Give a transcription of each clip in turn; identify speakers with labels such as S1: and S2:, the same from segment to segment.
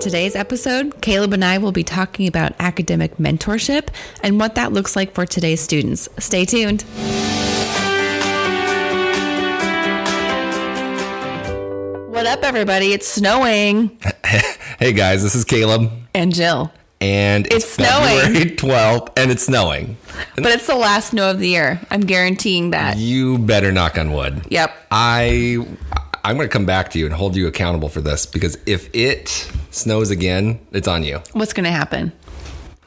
S1: today's episode, Caleb and I will be talking about academic mentorship and what that looks like for today's students. Stay tuned. What up, everybody? It's snowing.
S2: Hey guys, this is Caleb,
S1: And Jill.
S2: and
S1: It's snowing.
S2: February 12th, and it's snowing.
S1: But it's the last snow of the year. I'm guaranteeing that.
S2: You better knock on wood.
S1: Yep.
S2: I I'm going to come back to you and hold you accountable for this because if it snows again, it's on you.
S1: What's going to happen?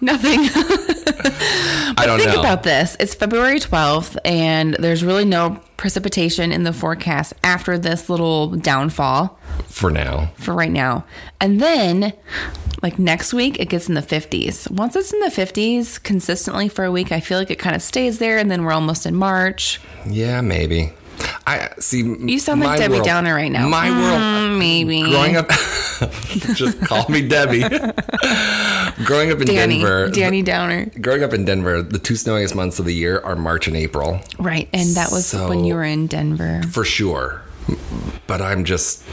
S1: Nothing.
S2: I don't
S1: Think
S2: know.
S1: about this. It's February 12th, and there's really no precipitation in the forecast after this little downfall
S2: for now.
S1: for right now. And then, like next week, it gets in the 50s. Once it's in the 50s consistently for a week, I feel like it kind of stays there, and then we're almost in March.
S2: Yeah, maybe. I see.
S1: You sound like Debbie Downer right now. Mm.
S2: My world.
S1: Maybe.
S2: Growing up, just call me Debbie. growing up in
S1: Danny.
S2: Denver,
S1: Danny Downer.
S2: growing up in Denver, the two snowiest months of the year are March and April.
S1: Right. And that was
S2: So-
S1: when you were in Denver.
S2: for sure. But I'm just,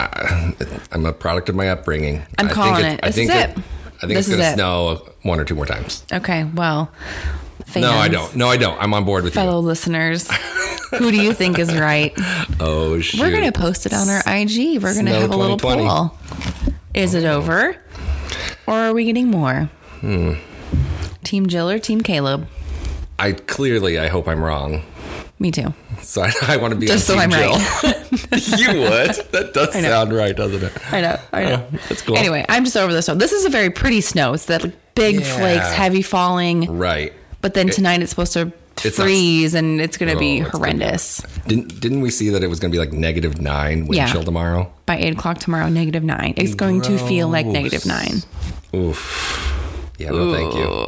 S2: I, I'm a product of my upbringing.
S1: I'm
S2: I
S1: calling it.
S2: I
S1: This
S2: think
S1: is
S2: that-
S1: it.
S2: I think
S1: This
S2: it's
S1: is
S2: going to
S1: it.
S2: snow one or two more times.
S1: Okay. Well, fans,
S2: No, I don't. No, I don't. I'm on board with
S1: Fellow listeners, who do you think is right?
S2: you. Oh shoot!
S1: We're gonna post it on our IG. We're gonna
S2: Snow
S1: have a little
S2: 2020.
S1: poll. Is it over, or are we getting more?
S2: Hmm.
S1: Team Jill or Team Caleb?
S2: I clearly, I hope I'm wrong.
S1: Me too.
S2: So I, I want to be
S1: Just so
S2: on
S1: I'm
S2: Team Jill.
S1: right.
S2: you would. That does
S1: know.
S2: sound right, doesn't it?
S1: I know. I know.
S2: That's cool.
S1: Anyway, I'm just over the snow. This is a very pretty snow. It's that like, big
S2: Yeah.
S1: flakes, heavy falling.
S2: Right.
S1: But then tonight it's supposed to
S2: It's not-
S1: freeze, and it's gonna be
S2: Oh, it's gonna be-
S1: horrendous
S2: Didn't Didn't we see that it was going to be like negative nine wind
S1: Yeah.
S2: chill tomorrow?
S1: by eight o'clock tomorrow. Negative nine. It's going to feel like negative nine.
S2: Oof. Yeah. No, thank you.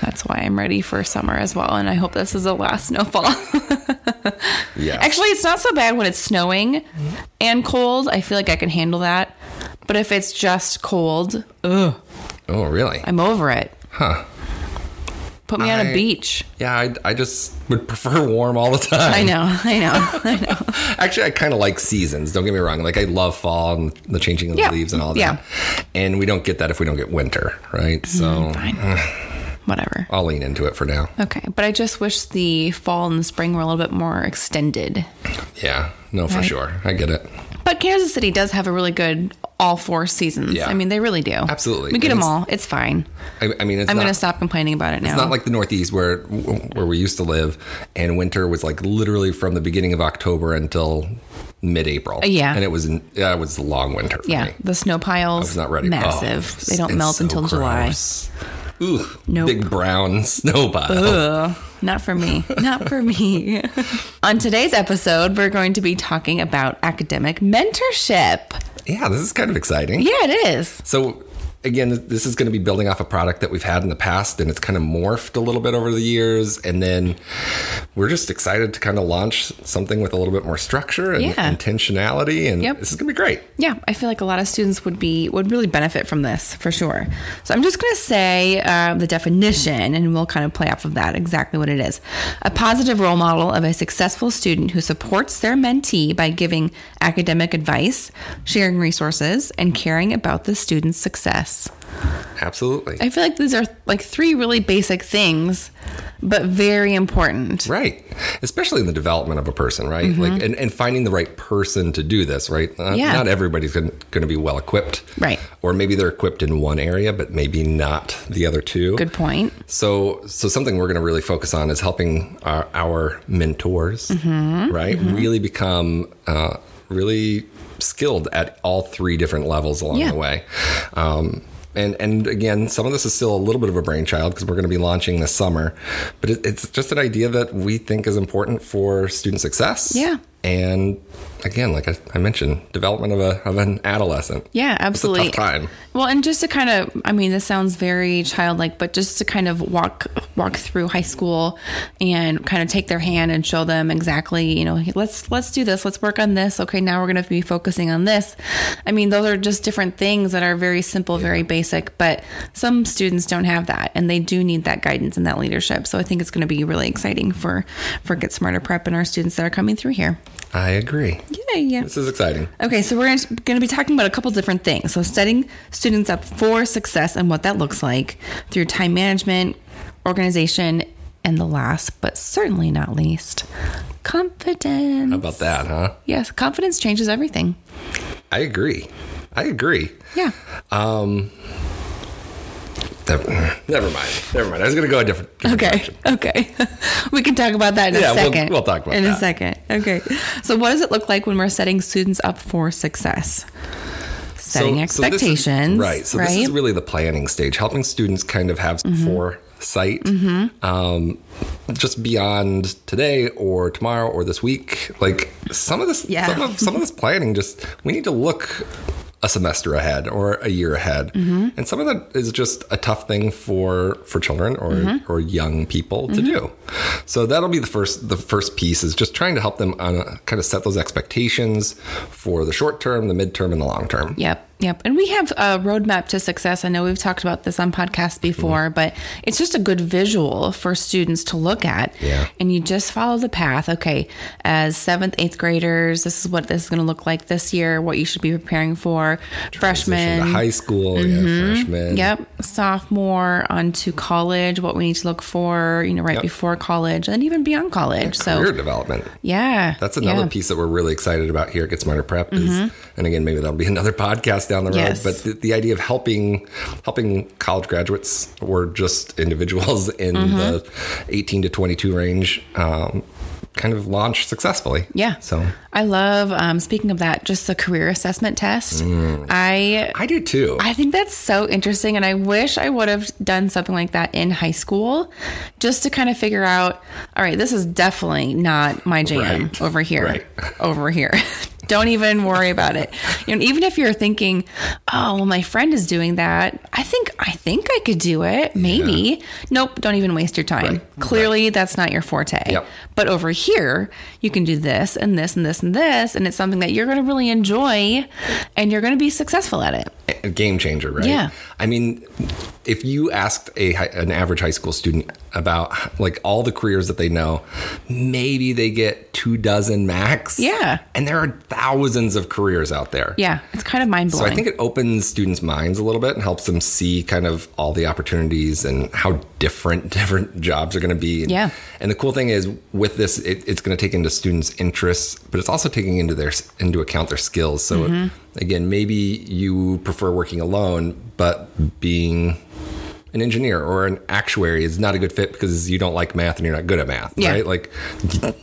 S1: That's why I'm ready for summer as well, and I hope this is the last snowfall.
S2: Yeah. Mm-hmm.
S1: Actually, it's not so bad when it's snowing and cold. I feel like I can handle that. But if it's just cold, ugh,
S2: Oh, really?
S1: I'm over it.
S2: Huh.
S1: Put me on a
S2: I-
S1: beach.
S2: Yeah, I, I just would prefer warm all the time.
S1: I know, I know, I know.
S2: Actually, I kind of like seasons. Don't get me wrong. Like I love fall and the changing of
S1: Yeah,
S2: the leaves and all that.
S1: yeah. Mm-hmm.
S2: And we don't get that if we don't get winter, right? So
S1: Whatever.
S2: I'll lean into it for now.
S1: Okay, but I just wish the fall and the spring were a little bit more extended.
S2: Yeah. No, for
S1: Right.
S2: sure. I get it.
S1: But Kansas City does have a really good all four seasons.
S2: Yeah.
S1: I mean, they really do.
S2: Absolutely.
S1: We get
S2: And
S1: them
S2: it's-
S1: all. It's fine.
S2: I, I mean, it's
S1: I'm
S2: not,
S1: going to stop complaining about it now.
S2: It's not like the Northeast where where we used to live, and winter was like literally from the beginning of October until mid-April.
S1: Yeah.
S2: and it was yeah, it was a long winter. For
S1: yeah,
S2: me.
S1: the snow piles.
S2: I was not ready.
S1: Massive.
S2: Oh,
S1: they don't
S2: it's
S1: melt
S2: so
S1: until July.
S2: gross. Ooh,
S1: Nope.
S2: big brown snow pile.
S1: Ugh, not for me. Not for me. On today's episode, we're going to be talking about academic mentorship.
S2: Yeah, this is kind of exciting.
S1: Yeah, it is.
S2: So again, th- this is going to be building off a product that we've had in the past, and it's kind of morphed a little bit over the years. And then we're just excited to kind of launch something with a little bit more structure and
S1: Yeah.
S2: intentionality. And
S1: Yep.
S2: this is going to be great.
S1: Yeah, I feel like a lot of students would be would really benefit from this for sure. So I'm just going to say uh, the definition, and we'll kind of play off of that exactly what it is. A positive role model of a successful student who supports their mentee by giving academic advice, sharing resources, and caring about the student's success.
S2: Absolutely.
S1: I feel like these are like three really basic things, but very important.
S2: Right. Especially in the development of a person, right? Like and, and finding the right person to do this, right? Not,
S1: Mm-hmm. Yeah.
S2: not everybody's going to be well equipped.
S1: Right.
S2: Or maybe they're equipped in one area but maybe not the other two.
S1: Good point.
S2: So so something we're going to really focus on is helping our, our mentors,
S1: Mm-hmm.
S2: right? Really become uh, really skilled at all three different levels along
S1: Yeah.
S2: the way. Um, and, and again, some of this is still a little bit of a brainchild because we're going to be launching this summer, but it, it's just an idea that we think is important for student success.
S1: Yeah.
S2: And again, like I, I mentioned, development of a of an adolescent.
S1: Yeah,
S2: It's a
S1: absolutely.
S2: tough time.
S1: Well, and just to kind of, I mean, this sounds very childlike, but just to kind of walk walk through high school and kind of take their hand and show them exactly, you know, let's let's do this, let's work on this. Okay, now we're going to be focusing on this. I mean, those are just different things that are very simple, very basic, but some students don't have that, and they do need that guidance and that leadership. So I think it's going to be really exciting for for Get Smarter Prep and our students that are coming through here.
S2: I agree.
S1: Yay. Yeah.
S2: This is exciting.
S1: Okay, so we're going to be talking about a couple different things. So, setting students up for success and what that looks like through time management, organization, and the last, but certainly not least, confidence.
S2: How about that, huh?
S1: Yes, confidence changes everything.
S2: I agree. I agree.
S1: Yeah.
S2: Um, that- never mind. Never mind. I was going to go a different, different
S1: Okay.
S2: direction.
S1: Okay. we can talk about that in
S2: Yeah,
S1: a
S2: we'll-
S1: 2nd
S2: we'll talk about
S1: in
S2: that.
S1: a second. Okay. So, what does it look like when we're setting students up for success? Setting
S2: this is-
S1: expectations.
S2: right. So this is really the planning stage, helping students kind of have
S1: Mm-hmm.
S2: some foresight, um, just beyond today or tomorrow or this week. Like some of this,
S1: Yeah.
S2: some of some of this planning, just we need to look a semester ahead or a year ahead,
S1: Mm-hmm.
S2: and some of that is just a tough thing for for children or
S1: Mm-hmm.
S2: or young people to do. So that'll be the first the first piece is just trying to help them on a, kind of set those expectations for the short term, the midterm, and the long term.
S1: Yep, yep. And we have a roadmap to success. I know we've talked about this on podcasts before, but it's just a good visual for students to look at.
S2: Yeah.
S1: And you just follow the path. Okay, as seventh, eighth graders, this is what this is going to look like this year, what you should be preparing for.
S2: transition to
S1: Freshmen.
S2: high school, yeah, freshman.
S1: Mm-hmm. Yep, sophomore onto college, what we need to look for, you know, right before college and even beyond college.
S2: Career
S1: So,
S2: development.
S1: yeah.
S2: That's another
S1: yeah. Mm-hmm.
S2: piece that we're really excited about here at Get Smarter Prep is, and again, maybe that'll be another podcast down the road.
S1: Yes.
S2: But the, the idea of helping helping college graduates or just individuals in
S1: Mm-hmm.
S2: the eighteen to twenty two range, um, kind of launch successfully.
S1: Yeah.
S2: So
S1: I love, um, speaking of that, just the career assessment test.
S2: Mm.
S1: I
S2: I do too.
S1: I think that's so interesting. And I wish I would have done something like that in high school just to kind of figure out all right, this is definitely not my jam
S2: Right.
S1: over here,
S2: Right.
S1: over here. Don't even worry about it. You know, even if you're thinking, "Oh, well, my friend is doing that. I think, I think I could do it. Maybe." Nope. Don't even waste your time.
S2: Right.
S1: Clearly, that's not your forte.
S2: Yep.
S1: But over here, you can do this and this and this and this, and it's something that you're going to really enjoy, and you're going to be successful at it.
S2: a game changer, right?
S1: Yeah.
S2: I mean, if you asked a hi- an average high school student about like all the careers that they know, maybe they get two dozen max.
S1: Yeah.
S2: And there are thousands of careers out there.
S1: Yeah, it's kind of mind
S2: So
S1: blowing.
S2: I think it opens students' minds a little bit and helps them see kind of all the opportunities and how different different jobs are going to be. And,
S1: Yeah.
S2: And the cool thing is with this, it, it's going to take into students' interests, but it's also taking into their into account their skills. So
S1: Mm-hmm.
S2: again, maybe you prefer working alone, but being an engineer or an actuary is not a good fit because you don't like math and you're not good at math,
S1: Yeah.
S2: right? Like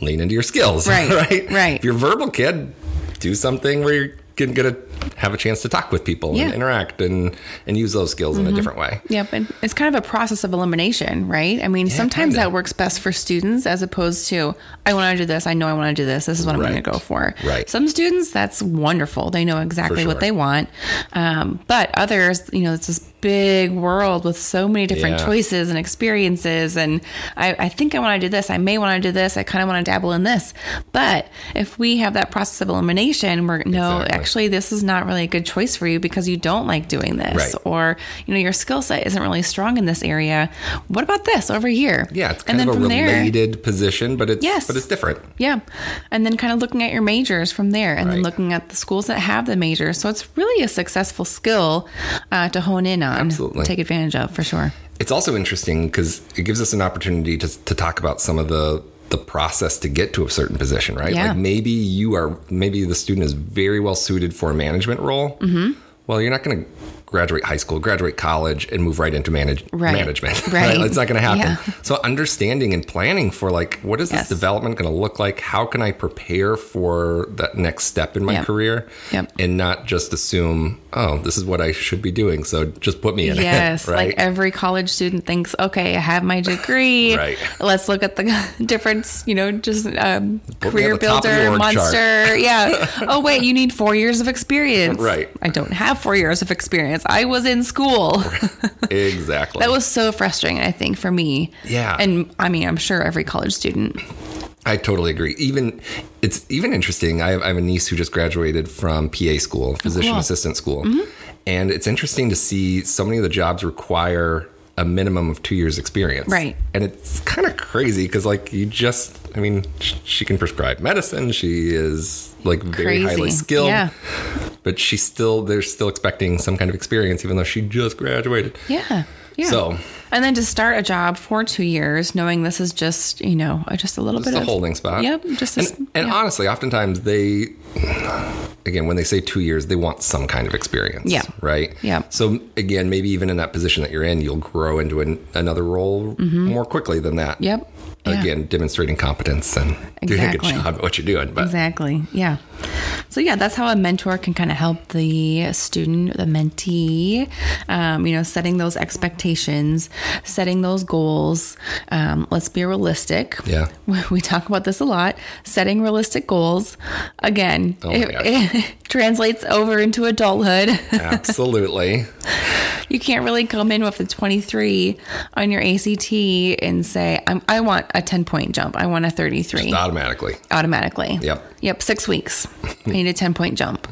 S2: lean into your skills,
S1: Right,
S2: right?
S1: right.
S2: If you're a verbal kid, do something where you're going to have a chance to talk with people
S1: Yeah. Mm-hmm.
S2: and interact and and use those skills in a different way.
S1: yep, and it's kind of a process of elimination, right? I mean, sometimes
S2: kinda.
S1: that works best for students as opposed to I want to do this, I know I want to do this, this is what I'm going
S2: Right.
S1: to go for.
S2: Right.
S1: Some students that's wonderful; they know exactly
S2: sure.
S1: what they want. Um, but others, you know, it's this big world with so many different
S2: Yeah.
S1: choices and experiences, and I, I think I want to do this, I may want to do this, I kind of want to dabble in this. But if we have that process of elimination, we're no,
S2: Exactly.
S1: actually, this is not really a good choice for you because you don't like doing this
S2: Right.
S1: or you know your skill set isn't really strong in this area what about this over here
S2: Yeah, it's kind of a related position, but it's
S1: Yes.
S2: but it's different.
S1: yeah and then kind of looking at your majors from there and
S2: Right.
S1: then looking at the schools that have the majors so it's really a successful skill uh, to hone in on
S2: Absolutely.
S1: take advantage of for sure
S2: It's also interesting because it gives us an opportunity to to talk about some of the the process to get to a certain position, right?
S1: Yeah.
S2: Like maybe you are maybe the student is very well suited for a management role. Mm-hmm. Well, you're not going to graduate high school, graduate college, and move right into manage-
S1: Right.
S2: management.
S1: Right.
S2: It's not going to happen.
S1: Yeah.
S2: So understanding and planning for like what is
S1: Yes.
S2: this development going to look like? How can I prepare for that next step in my
S1: Yep.
S2: career?
S1: Yep.
S2: And not just assume, oh, this is what I should be doing. So just put me in
S1: Yes,
S2: it. Right.
S1: like every college student thinks, okay, I have my degree.
S2: Right.
S1: Let's look at the difference, you know, just um,
S2: Put me
S1: career
S2: on the top of the
S1: builder,
S2: org chart.
S1: monster. Yeah. oh, wait, you need four years of experience.
S2: Right.
S1: I don't have four years of experience. I was in school.
S2: exactly.
S1: That was so frustrating, I think, for me.
S2: Yeah.
S1: And I mean, I'm sure every college student.
S2: I totally agree. Even it's even interesting. I have, I have a niece who just graduated from PA school, physician
S1: Oh, cool. Mm-hmm.
S2: assistant school, and it's interesting to see so many of the jobs require a minimum of two years experience.
S1: Right.
S2: and it's kind of crazy because like you just I mean, sh- she can prescribe medicine. She is like very
S1: Crazy.
S2: highly skilled.
S1: Yeah.
S2: But she's still they're still expecting some kind of experience, even though she just graduated.
S1: Yeah. Yeah.
S2: So-
S1: and then to start a job for two years, knowing this is just you know uh, just a little
S2: Just
S1: bit
S2: a
S1: of
S2: holding spot.
S1: Yep. Just a,
S2: and,
S1: s-
S2: and
S1: yeah.
S2: honestly, oftentimes they, again, when they say two years, they want some kind of experience.
S1: Yeah.
S2: Right.
S1: Yeah.
S2: So again, maybe even in that position that you're in, you'll grow into an, another role more quickly than that.
S1: Mm-hmm. Yep. Yeah.
S2: Again, demonstrating competence and doing a good
S1: Exactly.
S2: job at what you're doing. But
S1: Exactly. Yeah. So yeah, that's how a mentor can kind of help the student, the mentee, um, you know, setting those expectations, setting those goals. Um, let's be realistic.
S2: Yeah.
S1: We- We talk about this a lot. Setting realistic goals. Again,
S2: Oh my
S1: it,
S2: gosh.
S1: it translates over into adulthood.
S2: absolutely.
S1: you can't really come in with a 23 on your ACT and say, I'm, I want a 10 point jump. I want a 33
S2: automatically.
S1: automatically.
S2: Yep.
S1: Yep. Six weeks. I need a 10 point jump.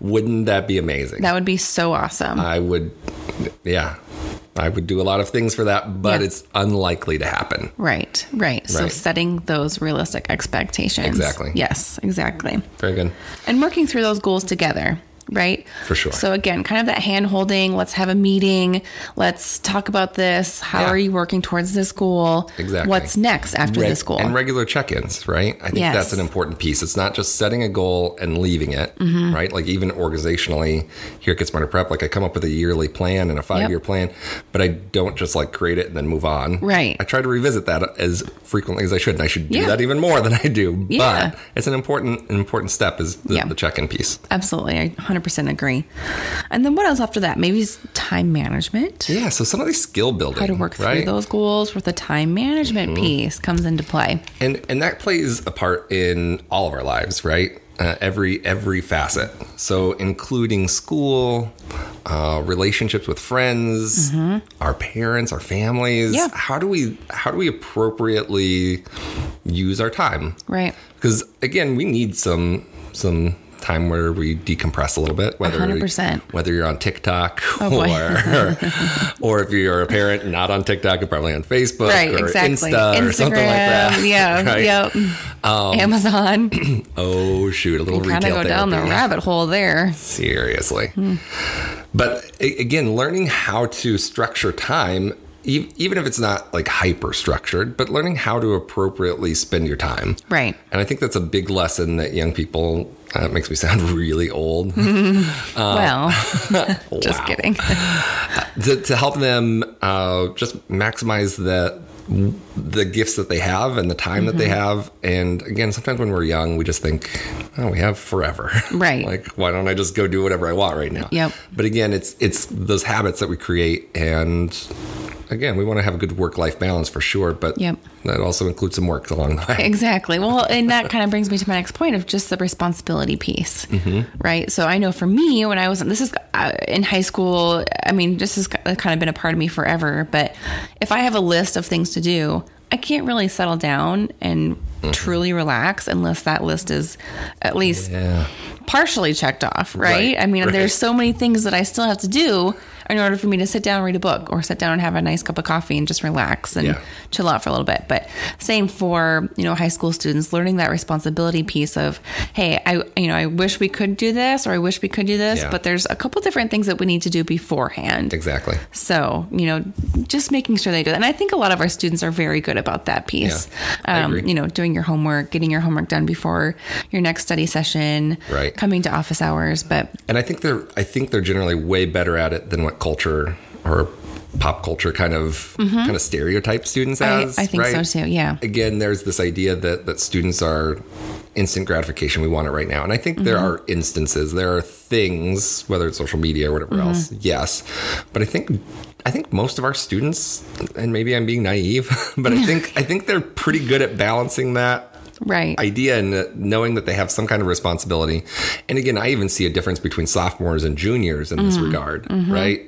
S2: Wouldn't that be amazing?
S1: That would be so awesome.
S2: I would, yeah, I would do a lot of things for that, but
S1: Yeah.
S2: it's unlikely to happen.
S1: right. Right. So
S2: Right.
S1: setting those realistic expectations.
S2: Exactly.
S1: Yes. Exactly.
S2: Very good.
S1: And working through those goals together. Right?
S2: For sure.
S1: So, again, kind of that hand holding. Let's have a meeting. Let's talk about this. How
S2: Yeah.
S1: are you working towards this goal?
S2: Exactly.
S1: What's next after
S2: Reg-
S1: this goal?
S2: and regular check-ins, right? I think
S1: Yes.
S2: that's an important piece. It's not just setting a goal and leaving it,
S1: Mm-hmm.
S2: right? Like even organizationally, here at Get Smarter Prep, like I come up with a yearly plan and a five-year plan, but I don't just like create it and then move on.
S1: Right.
S2: I try to revisit that as frequently as I should, and I should do
S1: Yeah.
S2: that even more than I do.
S1: Yeah.
S2: But it's an important, an important step is the,
S1: Yeah.
S2: the check-in piece.
S1: Absolutely. I 100% agree. And then what else after that? Maybe it's time management.
S2: Yeah. So some of these skill building,
S1: How to work through
S2: right? Mm-hmm.
S1: those goals with the time management piece comes into play.
S2: and and that plays a part in all of our lives right uh, every every facet so including school uh, relationships with friends our parents our families
S1: Yeah.
S2: how do we how do we appropriately use our time
S1: Right.
S2: because again we need some some time where we decompress a little bit whether
S1: 100%.
S2: whether you're on TikTok
S1: Oh, boy.
S2: or or if you're a parent and not on TikTok you're probably on Facebook
S1: Right.
S2: or
S1: Exactly.
S2: Insta or something like that
S1: Instagram. Yeah. Yep.
S2: Right?
S1: Amazon.
S2: Oh shoot, a little
S1: Kind of
S2: retail
S1: go down the
S2: therapy.
S1: rabbit Hmm. hole there.
S2: Seriously. But a- again, learning how to structure time e- even if it's not like hyper structured, but learning how to appropriately spend your time.
S1: Right.
S2: And I think that's a big lesson that young people uh, it makes me sound really old.
S1: well, just
S2: Uh, Wow.
S1: kidding.
S2: to, to help them uh, just maximize the the gifts that they have and the time that they
S1: Mm-hmm.
S2: have. And again, sometimes when we're young, we just think, oh, we have forever.
S1: Right.
S2: like, why don't I just go do whatever I want right now?
S1: Yep.
S2: But again, it's it's those habits that we create and again, we want to have a good work life balance for sure, but
S1: Yep.
S2: that also includes some work along the way.
S1: Exactly. Well, and that kind of brings me to my next point of just the responsibility piece, right? So I know for me, when I was this is uh, in high school. I mean, this has kind of been a part of me forever. But if I have a list of things to do, I can't really settle down and truly relax unless that list is at least
S2: Yeah.
S1: partially checked off, right?
S2: Right,
S1: I mean,
S2: right.
S1: there's so many things that I still have to do in order for me to sit down and read a book or sit down and have a nice cup of coffee and just relax and
S2: Yeah.
S1: chill out for a little bit. But same for, you know, high school students learning that responsibility piece of, hey, I you know, I wish we could do this or I wish we could do this,
S2: Yeah.
S1: but there's a couple different things that we need to do beforehand.
S2: Exactly.
S1: So, you know, just making sure they do that. And I think a lot of our students are very good about that piece.
S2: Yeah, I
S1: um,
S2: agree.
S1: You know, doing your homework, getting your homework done before your next study session,
S2: Right.
S1: coming to office hours. But
S2: And I think they're I think they're generally way better at it than what culture or pop culture kind of kind of stereotype students
S1: Mm-hmm. I,
S2: as.
S1: I think
S2: right?
S1: so too. Yeah.
S2: Again, there's this idea that that students are instant gratification. We want it right now, and I think there
S1: Mm-hmm.
S2: are instances, there are things, whether it's social media or whatever
S1: Mm-hmm.
S2: else. Yes, but I think. I think most of our students, and maybe I'm being naive, but I think I think they're pretty good at balancing that
S1: Right.
S2: idea and uh, knowing that they have some kind of responsibility. And again, I even see a difference between sophomores and juniors in
S1: Mm-hmm.
S2: this regard, right?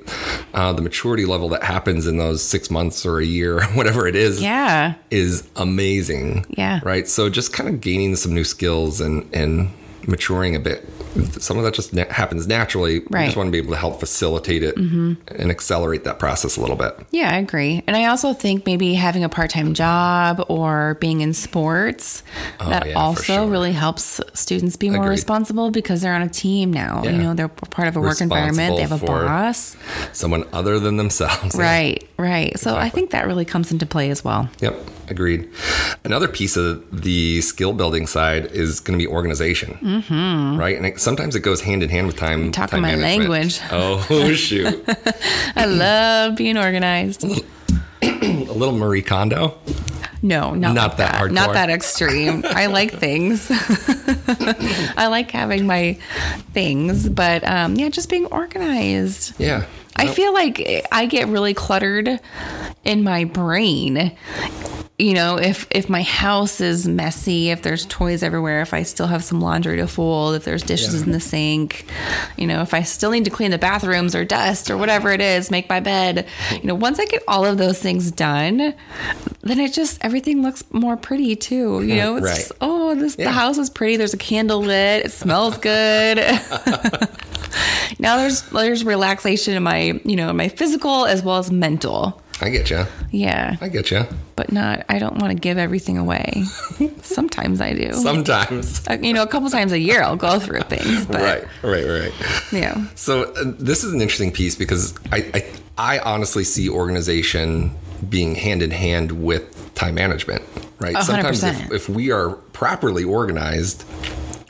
S2: Uh, the maturity level that happens in those six months or a year, whatever it is,
S1: yeah.
S2: is amazing.
S1: Yeah.
S2: Right. So just kind of gaining some new skills and and maturing a bit some of that just na- happens naturally. We
S1: Right. Mm-hmm.
S2: just want to be able to help facilitate it and accelerate that process a little bit.
S1: Yeah, I agree. And I also think maybe having a part time job or being in sports that
S2: Oh, yeah, for
S1: also
S2: sure.
S1: really helps students be more
S2: Agreed.
S1: responsible because they're on a team now.
S2: Yeah.
S1: You know, they're part of a work environment, they have a
S2: Responsible for-
S1: boss.
S2: Someone other than themselves.
S1: Right, right. So I think that really comes into play as well.
S2: Yep, agreed. Another piece of the skill building side is going to be organization, mm-hmm. right? And it, sometimes it goes hand in hand with time.
S1: talking
S2: time
S1: my
S2: management.
S1: language.
S2: Oh shoot!
S1: I
S2: Mm.
S1: love being organized.
S2: a little Marie Kondo.
S1: No, not,
S2: Not
S1: like
S2: that hardcore.
S1: Not that extreme. I like things. I like having my things, but um, yeah, just being organized.
S2: Yeah,
S1: I
S2: Nope.
S1: feel like I get really cluttered in my brain. You know, if if my house is messy, if there's toys everywhere, if I still have some laundry to fold, if there's dishes
S2: Yeah.
S1: in the sink, you know, if I still need to clean the bathrooms or dust or whatever it is, make my bed. You know, once I get all of those things done, then it just everything looks more pretty too. You know, it's
S2: Right.
S1: just oh, this
S2: Yeah.
S1: the house is pretty. There's a candle lit. It smells good. now there's there's relaxation in my you know my physical as well as mental
S2: I get you.
S1: yeah
S2: I get you.
S1: but not i don't want to give everything away sometimes i do
S2: Sometimes.
S1: Uh, you know a couple times a year i'll go through things but
S2: Right, right, right.
S1: yeah
S2: So uh, this is an interesting piece because I, I, I honestly see organization being hand in hand with time management, right? Sometimes if,
S1: 100%.
S2: if we are properly organized,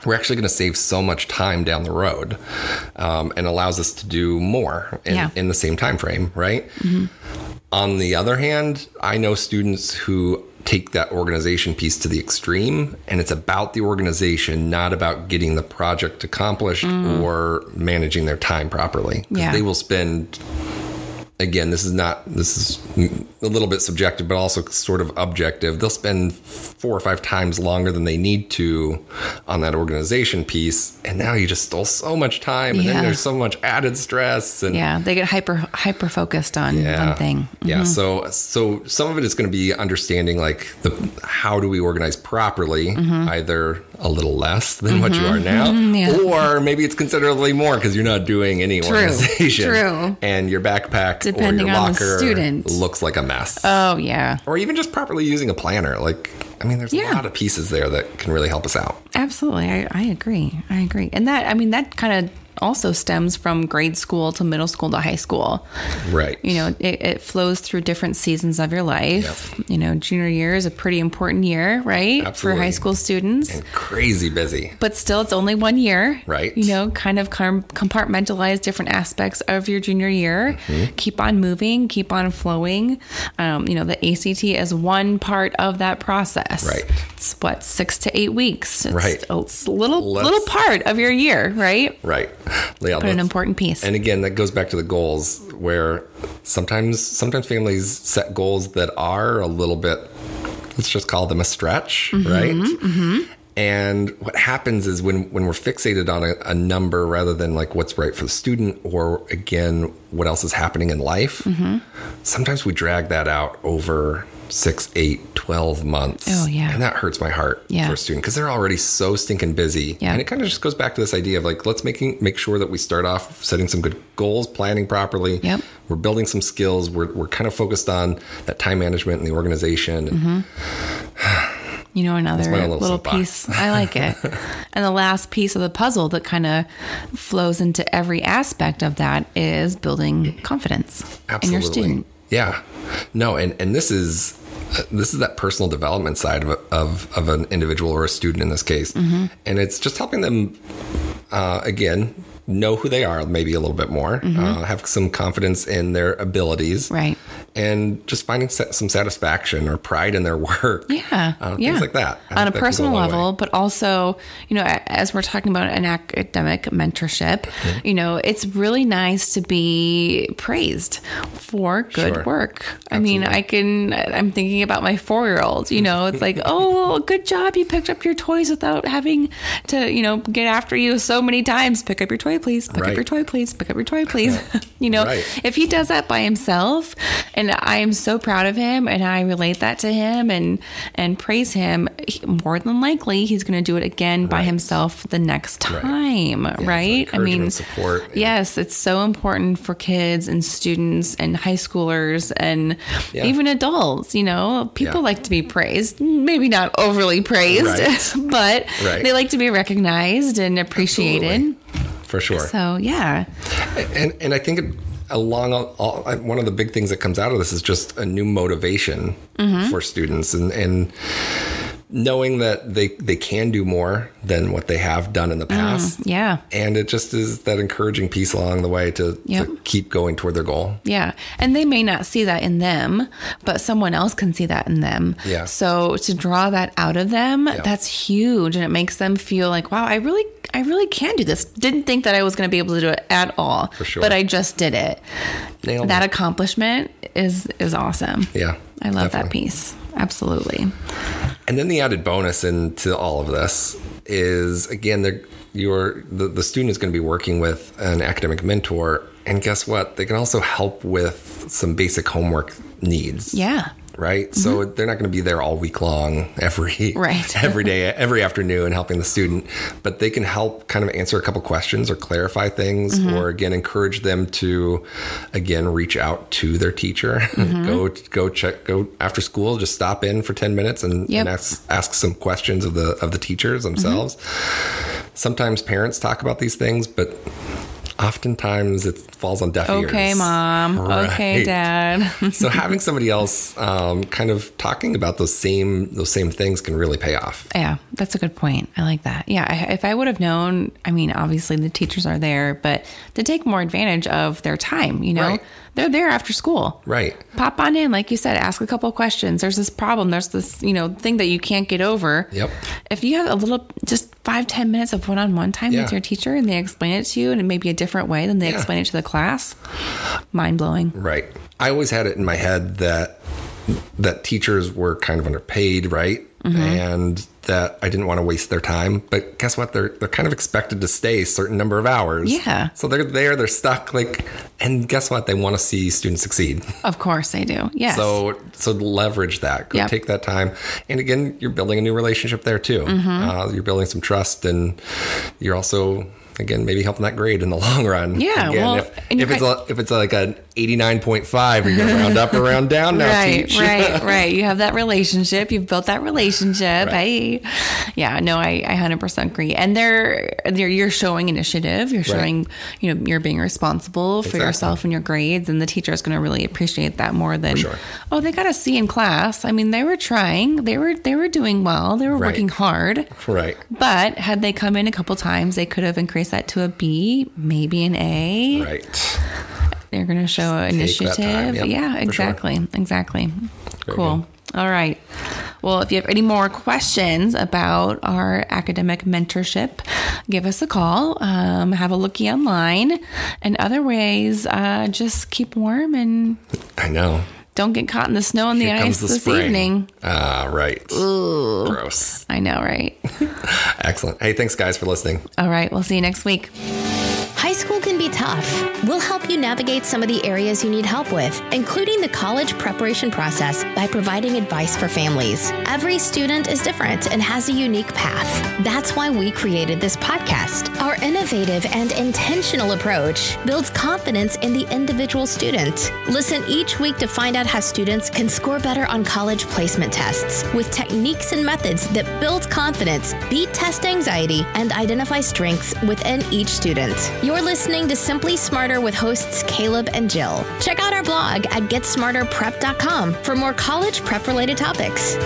S2: we're actually going to save so much time down the road, um, and allows us to do more in,
S1: Yeah.
S2: in the same time frame, right? On the other hand, I know students who take that organization piece to the extreme, and it's about the organization, not about getting the project accomplished or managing their time properly. 'Cause
S1: Mm. Yeah.
S2: They will spend again this is not this is a little bit subjective but also sort of objective they'll spend four or five times longer than they need to on that organization piece and now you just stole so much time and
S1: Yeah.
S2: then there's so much added stress and
S1: yeah they get hyper hyper focused on one thing Mm-hmm.
S2: yeah. So so some of it is going to be understanding like the how do we organize properly, either a little less than what you are now,
S1: Mm-hmm. yeah.
S2: or maybe it's considerably more because you're not doing any organization.
S1: true.
S2: And your backpack
S1: Depending
S2: or your
S1: on the
S2: locker
S1: student.
S2: looks like a mess.
S1: oh yeah
S2: or even just properly using a planner. Like I mean, there's
S1: Yeah.
S2: a lot of pieces there that can really help us out.
S1: Absolutely. I, I agree. I agree. And that, I mean, that kind of also stems from grade school to middle school to high school.
S2: Right.
S1: You know, it, it flows through different seasons of your life. You know, junior year is a pretty important year, right? For
S2: Absolutely.
S1: high school students.
S2: And crazy busy.
S1: but still, it's only one year.
S2: Right.
S1: You know, kind of com- compartmentalize different aspects of your junior year.
S2: Mm-hmm.
S1: Keep on moving, keep on flowing. Um, you know, the ACT is one part of that process.
S2: Right.
S1: It's what, six to eight weeks. It's
S2: Right.
S1: A s- little,
S2: Let's-
S1: little part of your year, right?
S2: Right. Yeah,
S1: But an
S2: let's-
S1: important piece.
S2: And again, that goes back to the goals where sometimes sometimes families set goals that are a little bit let's just call them a stretch,
S1: Mm-hmm,
S2: right? And what happens is when when we're fixated on a, a number rather than like what's right for the student or again what else is happening in life,
S1: Mm-hmm.
S2: sometimes we drag that out over six, eight, 12 months.
S1: Oh, yeah.
S2: And that hurts my heart
S1: Yeah.
S2: for a student because they're already so stinking busy.
S1: Yeah.
S2: And it kind of just goes back to this idea of like, let's making make sure that we start off setting some good goals, planning properly.
S1: Yep.
S2: We're building some skills. We're, we're kind of focused on that time management and the organization.
S1: Mm-hmm.
S2: And
S1: you know, another
S2: my little
S1: little,
S2: soapbox.
S1: piece. I like it. and the last piece of the puzzle that kind of flows into every aspect of that is
S2: Mm-hmm.
S1: building confidence in your student.
S2: Yeah. No, and and this is uh, this is that personal development side of a, of of an individual or a student in this case,
S1: Mm-hmm.
S2: and it's just helping them uh, again know who they are maybe a little bit more, uh, have some confidence in their abilities,
S1: Mm-hmm. Right.
S2: and just finding sa- some satisfaction or pride in their work.
S1: Yeah.
S2: Uh, things
S1: yeah.
S2: like that. I
S1: On
S2: think
S1: a
S2: that can go a
S1: personal
S2: long
S1: level,
S2: way.
S1: but also, you know, a- as we're talking about an academic mentorship, you know, it's really nice to be praised for good
S2: Sure.
S1: work. I mean, I can, I'm thinking about my four year old, you know, it's like, oh, well, good job. You picked up your toys without having to, you know, get after you so many times. Pick up your toy, please. Pick
S2: Right.
S1: up your toy, please. Pick up your toy, please. you know,
S2: Right.
S1: if he does that by himself and I am so proud of him, and I relate that to him and and praise him. He- more than likely, he's going to do it again by
S2: Right.
S1: himself the next time, right?
S2: Yeah, it's
S1: I mean,
S2: encouragement, support, and-
S1: Yes, it's so important for kids and students and high schoolers and
S2: Yeah.
S1: even adults. You know, people
S2: Yeah.
S1: like to be praised, maybe not overly praised,
S2: Right.
S1: but
S2: Right.
S1: they like to be recognized and appreciated.
S2: Absolutely. for sure.
S1: So yeah,
S2: and and I think it- along all, all, I- one of the big things that comes out of this is just a new motivation for students and and knowing that they they can do more than what they have done in the past.
S1: yeah.
S2: And it just is that encouraging piece along the way to, to
S1: Yep.
S2: keep going toward their goal.
S1: Yeah. And they may not see that in them, but someone else can see that in them.
S2: Yeah.
S1: So to draw that out of them, that's huge. And it makes them feel like, wow, I really, I really can do this. Didn't think that I was going to be able to do it at all. For
S2: sure.
S1: But I just did it.
S2: Nailed
S1: That
S2: it.
S1: accomplishment is, is awesome.
S2: Yeah.
S1: I love that
S2: definitely.
S1: piece. Absolutely.
S2: And then the added bonus into all of this is again, they're, you're, the, the student is going to be working with an academic mentor. And guess what? They can also help with some basic homework needs.
S1: Yeah.
S2: Right. So they're not going to be there all week long, every
S1: Mm-hmm. Right.
S2: every day, every afternoon, helping the student. But they can help kind of answer a couple questions or clarify things,
S1: Mm-hmm.
S2: or again encourage them to, again, reach out to their teacher.
S1: Mm-hmm.
S2: go go check go after school. Just stop in for ten minutes and,
S1: Yep. Mm-hmm.
S2: and ask ask some questions of the of the teachers themselves. Sometimes parents talk about these things, but oftentimes it falls on deaf ears.
S1: Okay, mom. Okay,
S2: Right
S1: dad.
S2: so having somebody else um, kind of talking about those same those same things can really pay off.
S1: Yeah, that's a good point. I like that. Yeah, I, if I would have known, I mean, obviously the teachers are there, but to take more advantage of their time, you know,
S2: Right.
S1: they're there after school.
S2: Right.
S1: Pop on in, like you said, ask a couple of questions. There's this problem. There's this, you know, thing that you can't get over.
S2: Yep.
S1: If you have a little, just five, 10 minutes of one on one time
S2: Yeah.
S1: with your teacher and they explain it to you in maybe a different way than they
S2: Yeah. Mm.
S1: explain it to the class, mind blowing.
S2: Right. I always had it in my head that that teachers were kind of underpaid, right? And that I didn't want to waste their time. But guess what? They're they're kind of expected to stay a certain number of hours.
S1: Yeah.
S2: So they're there, they're stuck, like and guess what? They want to see students succeed.
S1: Of course they do. Yes.
S2: So so leverage that. Go
S1: Yep.
S2: take that time. And again, you're building a new relationship there too.
S1: Mm-hmm.
S2: Uh, you're building some trust, and you're also again maybe helping that grade in the long run.
S1: Yeah,
S2: Again,
S1: well,
S2: if,
S1: and you
S2: if it's
S1: kind-
S2: a, if it's like an eighty nine point five, you're gonna round up or round down now.
S1: right,
S2: teach.
S1: right, right. You have that relationship. You've built that relationship. I, yeah, no, I, I 100% agree. And they're, they're, you're showing initiative. You're showing, you know, you're being responsible for
S2: Exactly.
S1: yourself and your grades. And the teacher is going to really appreciate that more than,
S2: sure.
S1: oh, they got a C in class. I mean, they were trying. They were, they were doing well. They were
S2: Right.
S1: working hard.
S2: Right.
S1: But had they come in a couple times, they could have increased that to a B, maybe an A.
S2: Right.
S1: They're going to show
S2: take that
S1: initiative.
S2: time. Yep,
S1: yeah,
S2: for sure.
S1: exactly. Exactly.
S2: Very
S1: cool. All right. Well, if you have any more questions about our academic mentorship, give us a call. Um, have a lookie online. And other ways, uh, just keep warm and
S2: I know.
S1: don't get caught in the snow and the
S2: Here
S1: ice
S2: comes the
S1: this
S2: spring.
S1: evening.
S2: Ah, right. Gross.
S1: I know, right?
S2: Excellent. Hey, thanks guys for listening.
S1: All right. We'll see you next week.
S3: High school can be tough. We'll help you navigate some of the areas you need help with, including the college preparation process by providing advice for families. Every student is different and has a unique path. That's why we created this podcast. Our innovative and intentional approach builds confidence in the individual student. Listen each week to find out how students can score better on college placement tests with techniques and methods that build confidence, beat test anxiety, and identify strengths within each student. You're listening to Simply Smarter with hosts Caleb and Jill. Check out our blog at getsmarterprep.com for more college prep related topics.